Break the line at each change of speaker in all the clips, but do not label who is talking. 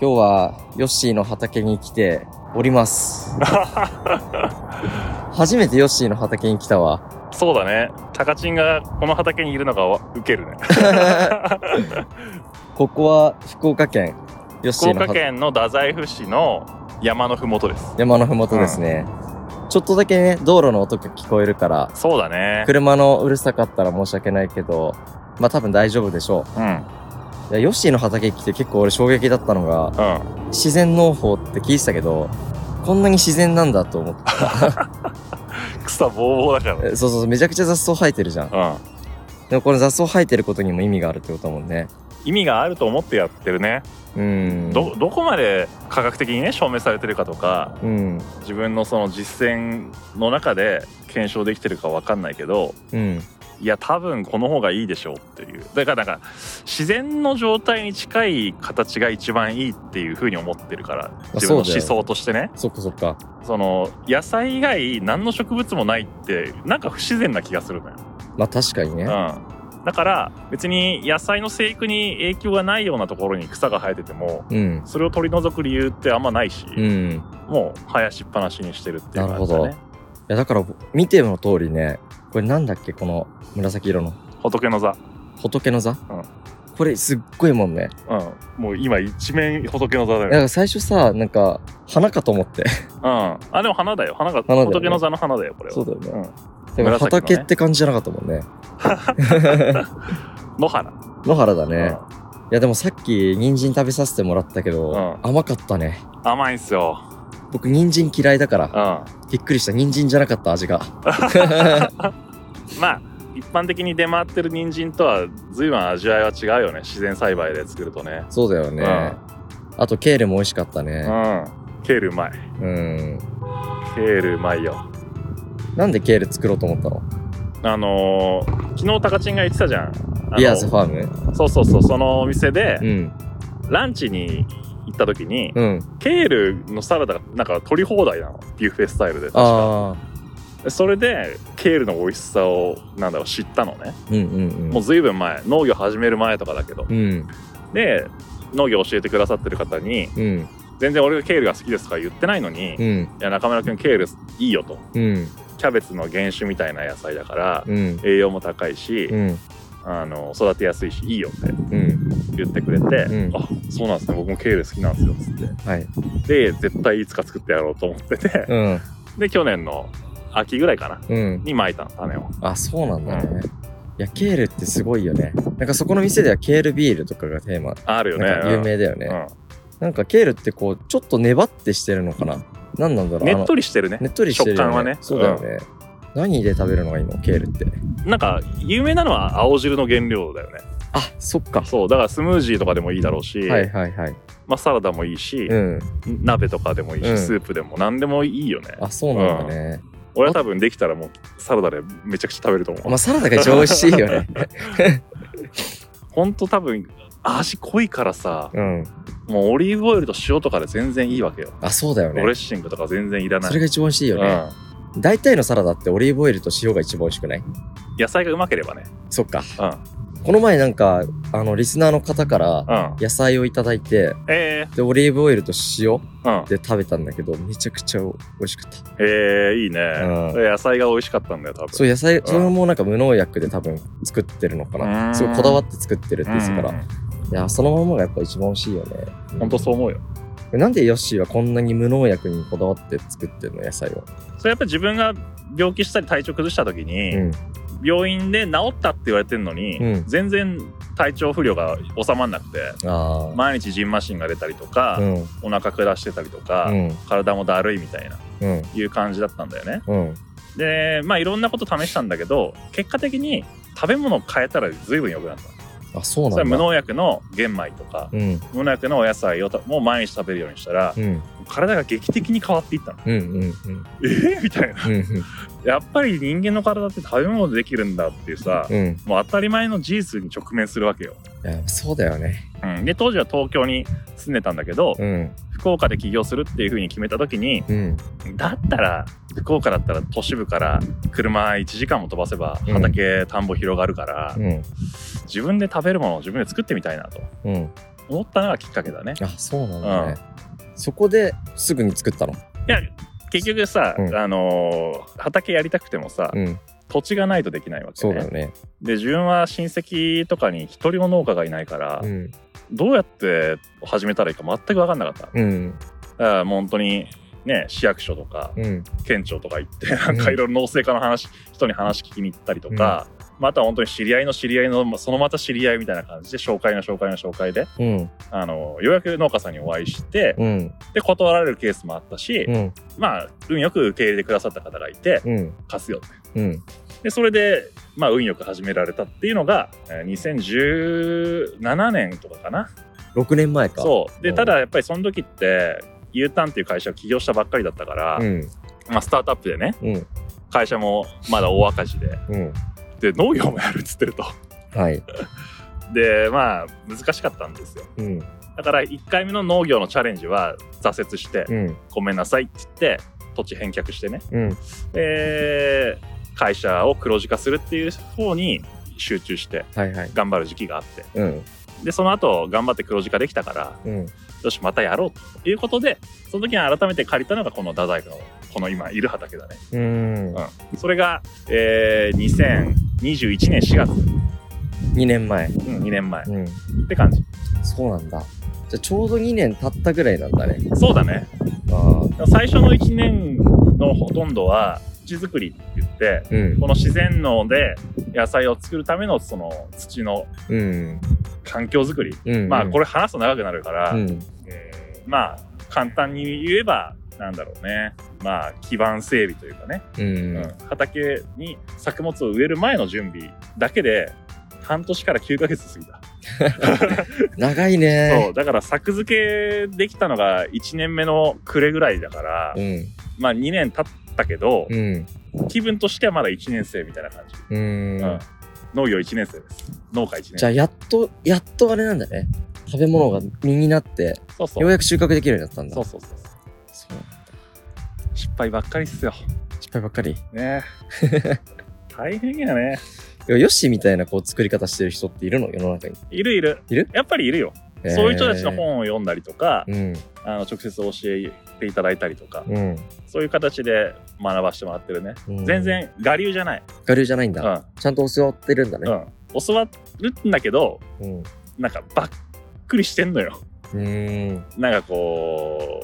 今日はヨッシーの畑に来ており ます。初めてヨッシーの畑に来たわ。
そうだね。タカチンがこの畑にいるのがわウケるね。
ここは福岡県、ヨッシ
福
ーの
岡
畑
県の太宰府市の山のふもとです。
山のふもとですね、ちょっとだけね、道路の音が聞こえるから、
そうだね。
車のうるさかったら申し訳ないけど、まあ多分大丈夫でしょ
うん。うん。
う。いや、ヨッシーの畑来て結構俺衝撃だったのが、自然農法って聞いてたけど、こんなに自然なんだと思って。
草ぼうぼうだか
えそうそうそう、めちゃくちゃ雑草生えてるじゃん。
ら。うん。
でもこの雑草生えてることにも意味があるってことだもんね。
意味があると思ってやってるね。
うん。
ど、どこまで科学的にね、証明されてるかとか、
うん。
自分のその実践の中で検証できてるかわかんないけど、
うん。
いや、多分この方がいいでしょうっていう。だからなんか、自然の状態に近い形が一番いいっていうふうに思ってるから、自分の
そうだ
思
よ
想としてね。
そっかそっか。
その野菜以外何の植物もないってなんか不自然な気がするのよ、
まあ確かにね。
うん、だから別に野菜の生育に影響がないようなところに草が生えてても
うん。
それを取り除く理由ってあんまないし、
うん。い
もう生やしっぱなしにしてるっていう感じ
な
だ
る
ね
やだから見ての通りね、これなんだっけこの紫色の
仏の座、
仏の座、
ん
これすっごいもんね。
うん、もう今一面仏の座だ
だか
よ、
ら最初さ、なんか花かと思って。
うん、あでも花だよ花が
花だよね
仏の座の花だよこれは
そうだよね。
ん
でも
紫のね
畑って感じじゃなかったもんね。
野原、
野原だ
う
ね
ん。
いやでもさっき人参食べさせてもらったけど、
うん
甘かったね。
甘いんすよ、
僕人参嫌いだから
うん、。ま
びっくりした人参じゃなかった味が
あ一般的に出回ってる人参とは随分味わいは違うよね自然栽培で作るとね
そうだよね、
うん
あとケールも美味しかったね
うん。ケールうまい。
うん
ケールうまいよ。
なんでケール作ろうと思ったの
あのー、昨日タカチンが言ってたじゃん。あの
ビアーズファーム
そうそうそう、そのお店で
う、ん
ランチに行った時に、
うん
ケールのサラダがなんか取り放題なの。ビュッフェスタイルで。確か
ああ
それで、ケールの美味しさを、なんだろう、知ったのね。
うんうん
もう随分前、農業始める前とかだけど
う。ん
で、農業教えてくださってる方に、
うんうん
全然俺がケールが好きですとか言ってないのに、
う
い
ん
や、中村くんケールいいよと。
うん
キャベツの原種みたいな野菜だから、
うん
栄養も高いし、
うん
あの育てやすいしいいよって
うん
言ってくれて、
うん
あそうなんですね僕もケール好きなんですよっつっ
はい
てで絶対いつか作ってやろうと思って て
うん
で去年の秋ぐらいかな
うん
に撒いたの種を
あそうなんだねいやケールってすごいよねなんかそこの店ではケールビールとかがテーマ
あるよね
なんか有名だよ
う
ね、
ん
なんかケールってこうちょっと粘ってしてるのかな何なんだろ
うん
うあの
ねっとりしてるね
ねっとりしてるよ、ね、
食感はね
そうだよね、何で食べるのがいいのケールって
なんか有名なのは青汁の原料だよね
あそっか
そうだからスムージーとかでもいいだろうし、
はいはいはい
まあ、サラダもいいし、
うん
鍋とかでもいいし、
うん
スープでも何でもいいよね
あそうなんだね、
俺は多分できたらもうサラダでめちゃくちゃ食べると思う
まあサラダが一番美味しいよ ね
ほんと多分味濃いからさ
うん
もうオリーブオイルと塩とかで全然いいわけよ。
あそうだよ
ドレッ
ね
シングとか全然いらない。
それが一番美味しいよね、
う
大体のサラダってオリーブオイルと塩が一番美味しくない
ん野菜がうまければね。
そっか
うん。
この前なんかあのリスナーの方から
うん。
野菜をいただいて
え
でオリーブオイルと塩
ー、うん。
で食べたんだけどめちゃくちゃ美味しかった
えー、いいね、
う
野菜が美味しかったんだよ、多分。
そう野菜
ん
それもなんか無農薬で多分作ってるのか
う
なんすごいこだわって作ってるって言ってたから、
うん
いや、そのままがやっぱ一番美味しいよね。
ほんとそう思うよ。
うん。なんでヨッシーはこんなに無農薬にこだわって作ってるの、野菜を。
それやっぱり自分が病気したり体調崩した時に、
うん。
病院で治ったって言われてるのに、
うん
全然体調不良が収まんなくて、
ああ。
毎日ジンマシンが出たりとか、
うん。
お腹下してたりとか、
うん。
体もだるいみたいな、
うん。
いう感じだったんだよね。
うん。
でまあいろんなこと試したんだけど結果的に食べ物を変えたら随分良くなった
あ、そう
そ
な
れは
ん
無
だ。
農薬の玄米とか
うん。
無農薬のお野菜をたもう毎日食べるようにしたら
うん。
体が劇的に変わっていったの
うん。うん。うん。
えーみたいな
うん。
やっぱり人間の体って食べ物でできるんだっていうさ
うん。うん
もう当たり前の事実に直面するわけよ、
いやそうだよね。
うん、で当時は東京に住んでたんだけど
うん。
福岡で起業するっていうふうに決めた時に
うん。
だったら福岡だったら都市部から車1時間も飛ばせば
うん
畑、田んぼ広がるから
うん。
自分で食べるものを自分で作ってみたいなと
うん。
思ったのがきっかけだね
あそうなんだね、そこですぐに作ったの
いや結局さ、
うん
あのー畑やりたくてもさ、
うん
土地がないとできないわけ
そう
ね
だよね
で自分は親戚とかに一人も農家がいないから、
うん
どうやって始めたらいいか全く分かんなかった
うん
だからもう本当にね市役所とか
うん
県庁とか行って
ん
なんかいろいろ農政課の話人に話聞きに行ったりとか、まあ、あとは本当に知り合いの知り合いのまあそのまた知り合いみたいな感じで紹介の紹介の紹介で
うん
あのようやく農家さんにお会いして
うん
で断られるケースもあったし、
うん
まあ運よく受け入れてくださった方がいて
うん
貸すよって
うん
でそれで、まあ、運よく始められたっていうのがえー2017年とかかな
6年前か
そう
う
で
ん
ただやっぱりその時って U ターンっていう会社を起業したばっかりだったから、
うん
まあ、スタートアップでね
うん
会社もまだ大赤字で
うん
で農業もやるっつってると
はい
でまあ難しかったんですよ
うん
だから1回目の農業のチャレンジは挫折して、
うん
ごめんなさいって言って土地返却してね
うん
で会社を黒字化するっていう方に集中して
はいはい
頑張る時期があって
うん
でその後頑張って黒字化できたから
うん
よしまたやろうということでその時に改めて借りたのがこの太宰府のこの今いる畑だね、
うん
うん、それが、えー2021年4月、う
2年前
ん、2年前っ
うん
て感じ
そうなんだじゃあちょうど2年経ったぐらいなんだね
そうだね
ああ
最初の1年のほとんどは土作りって言って
うん
この自然農で野菜を作るためのその土の
うん
環境づくり、
うん
まあこ
れ
れ話すと長くなるから、
うん
えーまあ簡単に言えばなんだろうねまあ基盤整備というかね、
うん
うん畑に作物を植える前の準備だけで半年から9ヶ月過ぎた、
長いね
そうだから作付けできたのが1年目の暮れぐらいだから、
うん
まあ2年経ったけど、
うん
気分としてはまだ1年生みたいな感じ、
うん
うん農業1年生です農家1年
じゃあやっとやっとあれなんだね食べ物が身になって
そうそう
ようやく収穫できるようになったんだ
そうそうそう
そう
失敗ばっかりっすよ
失敗ばっかりい
ね え大変やね
やヨッシーみたいなこう作り方してる人っているの世の中に
いるいる
いる
やっぱりいるよ、そういう人たちの本を読んだりとか
え、ー
あの直接教えていただいたりとか、
うんうん
そういう形で学ばしてもらってるね、
うん
全然我流じゃない、
我流じゃないん
う
だ、
ん
ちゃんと教わってるんだ
う
ね
ん、教わるんだけど
うんう
なんかばっくりしてんのよ
ーん
なんかこ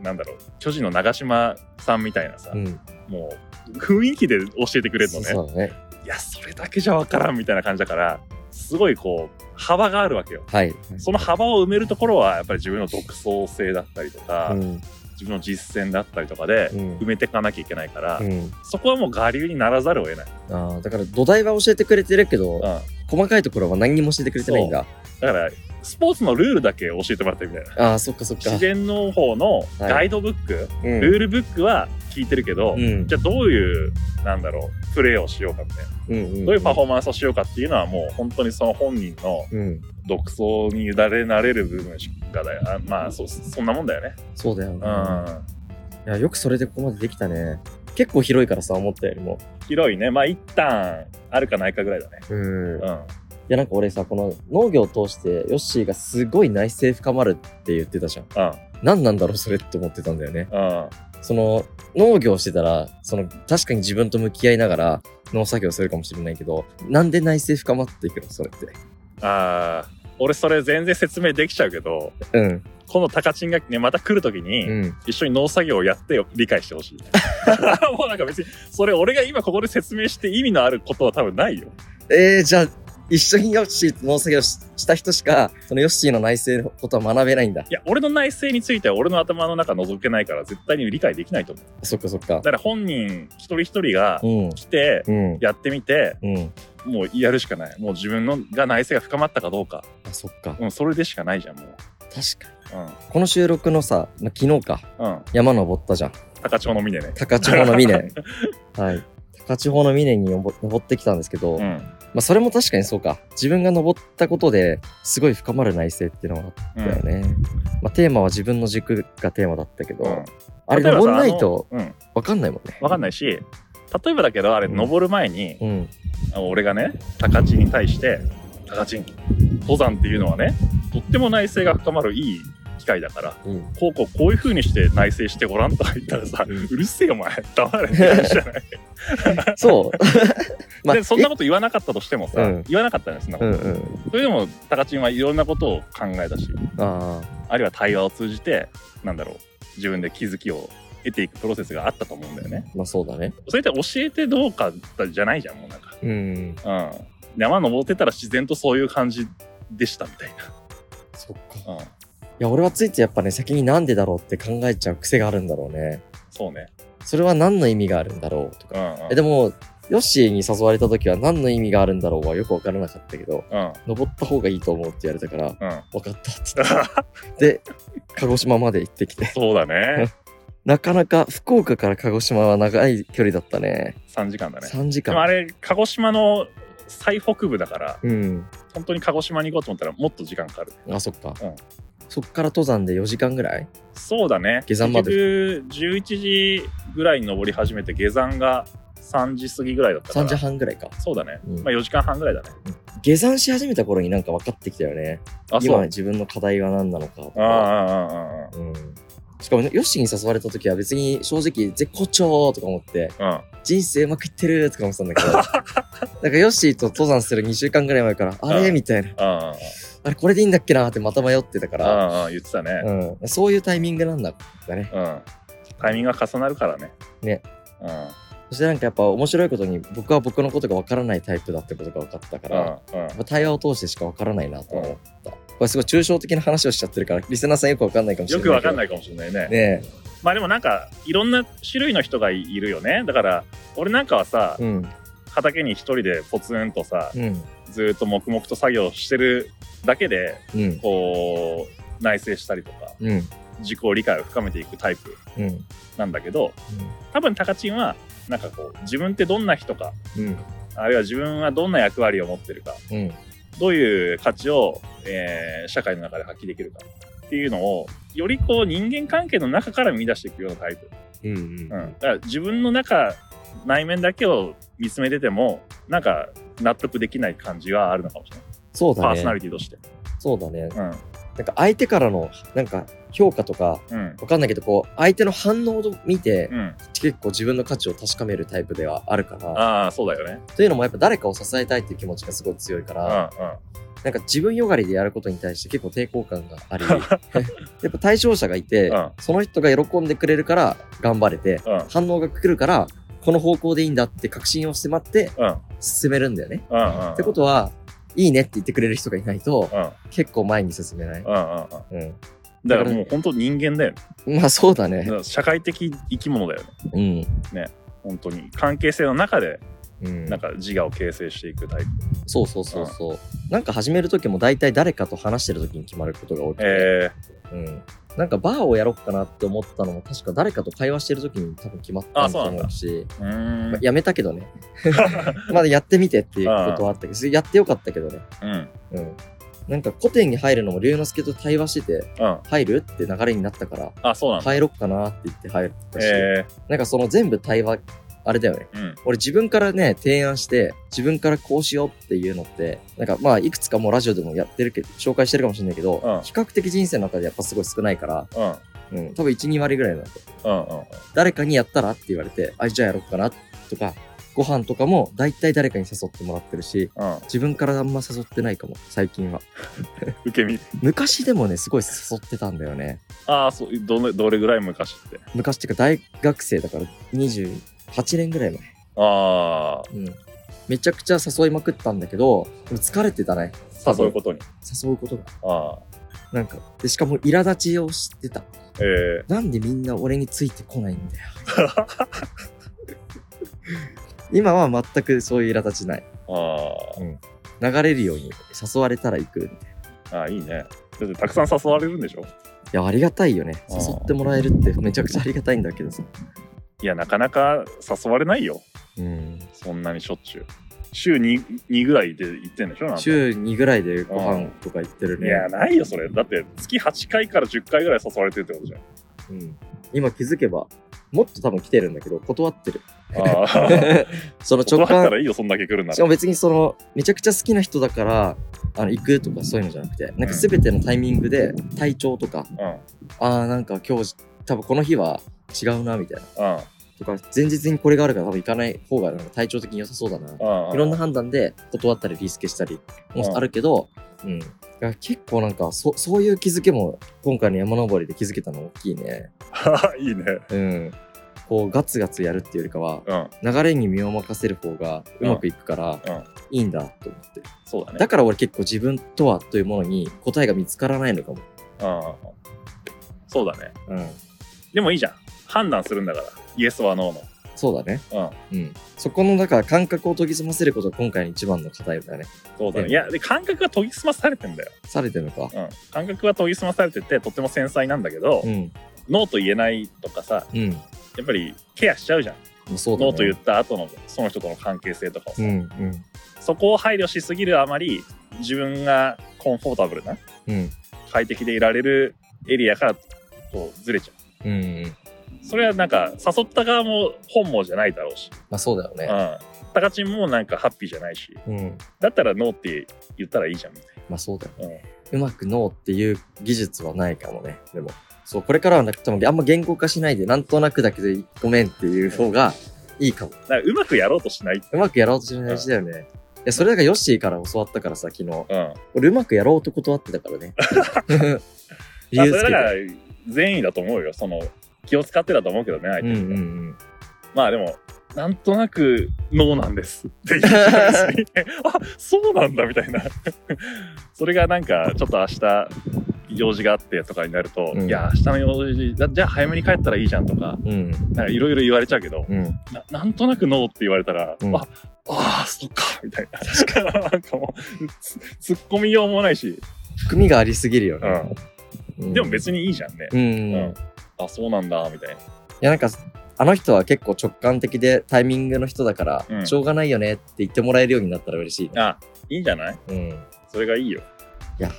うなんだろう巨人の長嶋さんみたいなさ、
うん
もう雰囲気で教えてくれるのね
そうだね
いやそれだけじゃわからんみたいな感じだからすごいこう幅があるわけよ
はい
その幅を埋めるところはやっぱり自分の独創性だったりとか、
うん
自分の実践だったりとかで
うん
埋めていかなきゃいけないから、
うん
そこはもう我流にならざるを得ない、
あーだから土台は教えてくれてるけど、
うん、だ
細かいところは何にも教えてくれてないんだ
からスポーツのルールだけ教えてもらってるみたいな
ああそっかそっか
自然農法のガイドブック、
うん
ルールブックは聞いてるけど、
うん
じゃあどういうなんだろうプレーをしようかみたいな、
うんうん
どういうパフォーマンスをしようかっていうのはもう本当にその本人の
うん
独創に委ねられる部分しかだよあまあそうそんなもんだよね
そうだよね、
うん
いやよくそれでここまでできたね結構広いからさ思ったよりも
広いねまあ一旦あるかないかぐらいだね
うん
う
い
ん
やなんか俺さこの農業を通してヨッシーがすごい内政深まるって言ってたじゃん何なんだろうそれって思ってたんだよね
うんうん
その農業してたらその確かに自分と向き合いながら農作業するかもしれないけどなんで内政深まっていくのそれって
あー俺それ全然説明できちゃうけど
うん
この高チンがねまた来る時に、
うん
一緒に農作業をやってよ理解し てほしいもうなんか別にそれ俺が今ここで説明して意味のあることは多分ないよ
えー、じゃあ一緒にヨッシーと農作業しした人しかそのヨッシーの内政のことは学べないんだ
いや俺の内政については俺の頭の中覗けないから絶対に理解できないと思う
そっかそっか
だから本人一人一人が
うん
来て
うん
やってみて
うん
もうやるしかないもう自分のが内政が深まったかどうか、
あそっか
うん、それでしかないじゃんもう
確かに
う
この収録のさ、まあ昨日か、
んうん
山登ったじゃん。
高千穂の峰ね
高千穂の峰。はい。高千穂の峰に登登ってきたんですけど、
う
ま
ん
あそれも確かにそうか。自分が登ったことですごい深まる内政っていうのがあ
う
ったよ
ん
ね。まあテーマは自分の軸がテーマだったけど、
うん
あれ
例えば
登ん
さ
ないと
あのうん、
わかんないもんね。
分かんないし例えばだけどあれ
うん
登る前に、
うん。
俺がね高知に対して「高知登山っていうのはねとっっても内政が深まるいい機会だから
うん。
こうこうこういう風にして内政してごらんとか言ったらさ、う
うん
るせえお前黙れって話じ ゃない、
そう。
でそんな
こ
こと言わなかったとしてもさ、
うん
言わなかったんですな、
とうんうん。
それでもタカチンはいろんなことを考えたし
あ
あるいは対話を通じてなんだろう自分で気づきを得ていくプロセスがあったと思うんだよね
あ、まあそうだね。
それって教えてどうかじゃないじゃんもうなんか
うん。
うん山登ってたら自然とそういう感じでしたみたい
そっか。い
な、うん、
や、俺はついついやっぱね、先になんでだろうって考えちゃう癖があるんだろうね。
そうね
それは何の意味があるんだろうと
う
か。
んうん
え、でも、ヨッシーに誘われた時は何の意味があるんだろうはよくわからなかったけど、
うん
登った方がいいと思うって言われたから、
うん
分かったっつ って。で、鹿児島まで行ってきて。
そうだね
なかなか福岡から鹿児島は長い距離だったね。
3時間だね
3時
でもあ
間。
れ鹿児島の最北部だから
うん。
本当に鹿児島に行こうと思ったらもっと時間かかる
あ、そっか。
うん
そっから登山で4時間ぐらい
そうだね
下山まで
結局11時ぐらいに登り始めて下山が3時過ぎぐらいだったから
?3 時半ぐらいか。
そうだね、
うん
まあ4時間半ぐらいだね
下山し始めた頃になんか分かってきたよね。
あそ
今
う
自分の課題は何なのかと
ああ
か。
ああああ
うんしかもね、ヨッシーに誘われた時は別に正直絶好調とか思って、
うん、
人生うまくいってるとか思ってたんだけ ど、なんかヨッシーと登山する2週間ぐらい前から、あれみたいな、
あ
あれこれでいいんだっけなってまた迷ってたか
あ
ら、
ああ言ってたね、
うん、そういうタイミングなんだだね。
うん、タイミングが重なるからね
ね
うん
そしてなんかやっぱ面白いことに僕は僕のことがわからないタイプだってことが分かったか
う
ら、や
んうん
っぱ対話を通してしかわからないなと思った。これすごい抽象的な話をしちゃってるから、リスナーさんよくわかんないかもしれ
よ
ない。
くわかんないいかもしれないね
ね
まあでもなんかいろんな種類の人がいるよねだから俺なんかはさ、
え。うん。
畑に一人でポツンとさ
うん。
ずーっと黙々と作業してるだけで
うん。
こう内省したりとか
うん。
自己理解を深めていくタイプ
うん。
なんだけど多分タカチンはなんかこう自分ってどんな人か
うん。
あるいは自分はどんな役割を持ってるか
うん。
どういう価値を、えー社会の中で発揮できるかっていうのをよりこう人間関係の中から見出していくようなタイプ、
うん。
うん、だから自分の中内面だけを見つめててもなんか納得できない感じがあるのかもしれない、
そう
パ
だ
ーソナ
ね。
リティとして
そうだね。
うん
なんか相手からの、なんか評価とか、
うん
わかんないけど、こう、相手の反応を見て、
うん
結構自分の価値を確かめるタイプではあるから、
ああそうだよね
というのもやっぱ誰かを支えたいっていう気持ちがすごい強いか
う
ら、
んうん
なんか自分よがりでやることに対して結構抵抗感があり、や っぱ対象者がいて、
うん
その人が喜んでくれるから頑張れて、
うん
反応が来るから、この方向でいいんだって確信を迫って
うん
進めるんだよね。
うんうんうん
ってことは、いいねって言ってくれる人がいないと、
うんうん
結構前に進めない。
うんうん
うん。
だからもう本当人間だよね
まあそうだ
だ
ね
か。ら社会的生き物だよね
うん。
本当に関係性の中で
うん、
なんか自我を形成していくタイプ
そうそうそうそう、なんか始める時も大体誰かと話してる時に決まることが多くて、
え
うん、なんかバーをやろうかなって思ったのも確か誰かと会話してる時に多分決まった
あ
ん
そう
だと
なんだ
思うし
ー、うーん
まあやめたけどね まだやってみてっていうことはあったけどそれやってよかったけどね、
うん
うん、なんか古典に入るのも龍之介と対話してて
うん
入るって流れになったから
あそうなんだ
入ろっかなって言って入ったし、
え
なんかその全部対話あれだよね
ー、うん
俺自分からね、提案して、自分からこうしようっていうのって、なんかまあ、いくつかもうラジオでもやってるけど、紹介してるかもしれないけど、
うん
比較的人生の中でやっぱすごい少ないから、
うん
うん、多分1、2割ぐらいなんだと。
うんうん
誰かにやったらって言われて、あ、じゃあやろうかなとか、ご飯とかも大体誰かに誘ってもらってるし、
うん
自分からあんま誘ってないかも、最近は。
受け身
昔でもね、すごい誘ってたんだよね。
ああそうどのどれぐらい昔って
昔っていうか大学生だから28年ぐらい前。
ああ
うん。めちゃくちゃ誘いまくったんだけど、でも疲れてたね。多分
誘うことに
誘うことが。
ああ
なんか、で、しかも苛立ちを知ってた。
ええ
なんでみんな俺についてこないんだよ。今は全くそういう苛立ちない。
ー、あ
流れるように誘われたら行くみたいな。い
ーあーいいねだってたくさん誘われるんでしょ
や、ありがたいよね。
うん
誘ってもらえるってめちゃくちゃありがたいんだけどさ。
いやなかなか誘われないよ
うん。
そんなにしょっちゅう週 2, 2ぐらいで行ってんでしょなんか
週2ぐらいでご
うん
飯とか行ってる
いや
ね。
ないよそれだって月8回から10回ぐらい誘われてるってことじゃん
うん、今気づけば、もっと多分来てるんだけど、断ってる。
あ あ
その
断
直
った
感
らいいよそんだけ来るな
しからも別にそのめちゃくちゃ好きな人だからあの行くとかそういうのじゃなくてなんか全てのタイミングで体調とか
うん
ああなんか今日多分この日は違うなみたいな
うん
とか前日にこれがあるから多分行かない方がなんか体調的に良さそうだな
うん
いろんな判断で断ったりリスケしたりもあるけど、うん。だから結構なんかそ、そういう気づけも今回の山登りで気づけたの大きいね。
いいね
うん。こうガツガツやるっていうよりかは、
うん
流れに身を任せる方がうまくいくから
うんうん、
いいんだと思って。
そうだね
だから俺結構自分とはというものに答えが見つからないのかも。
うんそうだね
うん。
でもいいじゃん判断するんだからイエスはノー
そうだね。
のうん
うん。そこの、だから感覚を研ぎ澄ませることが今回の一番の課題だね。
そうだ
う
ね
ん
いやで感覚は研ぎ澄まされてんだよ、
されてるのか。
うん、感覚は研ぎ澄まされててとても繊細なんだけど、
うん。
ノーと言えないとかさ
うん。
やっぱりケアしちゃうじゃん、
もうそうだね。
ノーと言った後のその人との関係性とかをさ、
うん。うん。
そこを配慮しすぎるあまり自分がコンフォータブルな
うん。
快適でいられるエリアからこうずれちゃ
うん。うん。
うそれはなんか誘った側も本望じゃないだろうし、
まあそうだよ
うん
ね。、
タカチンもなんかハッピーじゃないし
うん。
だったらノーって言ったらいいじゃんみたい
まあそうだよ
な、うん、
うまく脳っていう技術はないかもね。でも、そう、これからはなんか多分あんま言語化しないで、なんとなくだけでごめんっていう方がいいかも。
なんかうまくやろうとしない。
うまくやろうとしない大事だよね。いや、それだからヨッシーから教わったからさ、昨日。
うん。あ
俺うまくやろうと断ってたからね。 理
それ
由つ
だ
け
から
て。
善意だと思うよ。その気を使ってだと思うけどね、相
う
手
んう
に
んうん。
まあでも、なんとなくノーなんですって言って 別にあそうなんだみたいな。 それがなんかちょっと明日用事があってとかになると、
うん
いや、明日の用事だ、じゃあ早めに帰ったらいいじゃんとか、
うん
なんかいろいろ言われちゃうけど、
うん。
ななんとなくノーって言われたら、
うん
ああー、そっか、みたいな。確かに。なんかもう、つ突っ込みようもないし、
含みがありすぎるよね。
でも別
に。
にいいじゃんね。
うん
う
うんん。い
あそうなんだみたい
や、なんか、あの人は結構直感的でタイミングの人だか
う
ら、
ん
しょうがないよねって言ってもらえるようになったら嬉しいね。
なあいいんじゃない
うん。
それがいいよ
言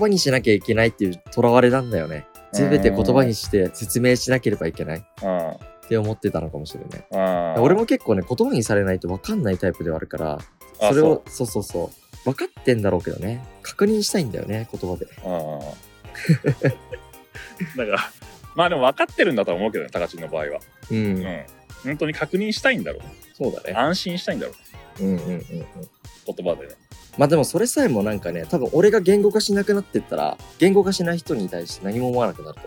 葉にしなきゃいけないっていうとらわれなんだよね。全て言葉にして説明しなければいけないっ
うんうん
て思ってたのかもしれない。
あ
俺も結構ね、言葉にされないと分かんないタイプではあるから、
あ
それを、そうそうそう。分かってんだろうけどね。確認したいんだよね、言葉で。
だからまあでも分かってるんだとは思うけどね高知の場合は
う。
うんん本当に確認したいんだろう
そうだね。
安心したいんだろ
うんうんうんうん。
う言葉でね
まあでもそれさえもなんかね、多分俺が言語化しなくなってったら、言語化しない人に対して何も思わなくなる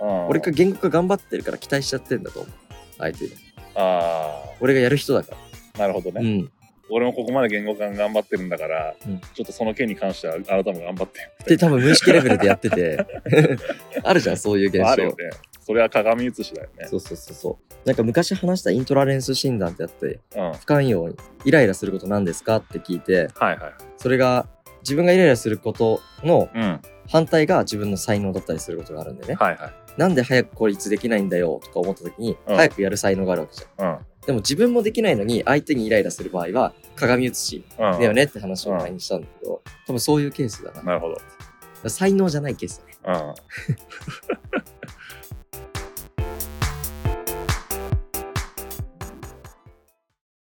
と思う。俺
俺
が言語化頑張ってるから期待しちゃってんだと思う。相手に。
あ
俺がやる人だから。
あなるほどね、
うん。
俺もここまで言語感頑張ってるんだから、
うん
ちょっとその件に関してはあなたも頑張ってよ
って多分無意識レベルでやってて あるじゃんそういう現象
あるよねそれは鏡写しだよね
そうそうそうそうなんか昔話したイントラレンス診断ってあって
うんはい
不寛容にイライラすること何ですかって聞いて
はい
それが自分がイライラすることの
うんはい
反対が自分の才能だったりすることがあるんでね、
はい
なんで早く孤立できないんだよとか思った時に、
うん
早くやる才能があるわけじゃん
うん
でも自分もできないのに相手にイライラする場合は鏡写し
うん
だよねって話を前にしたんだけど多分そういうケースだなだか
なるほど
ら才能じゃないケースだね
うん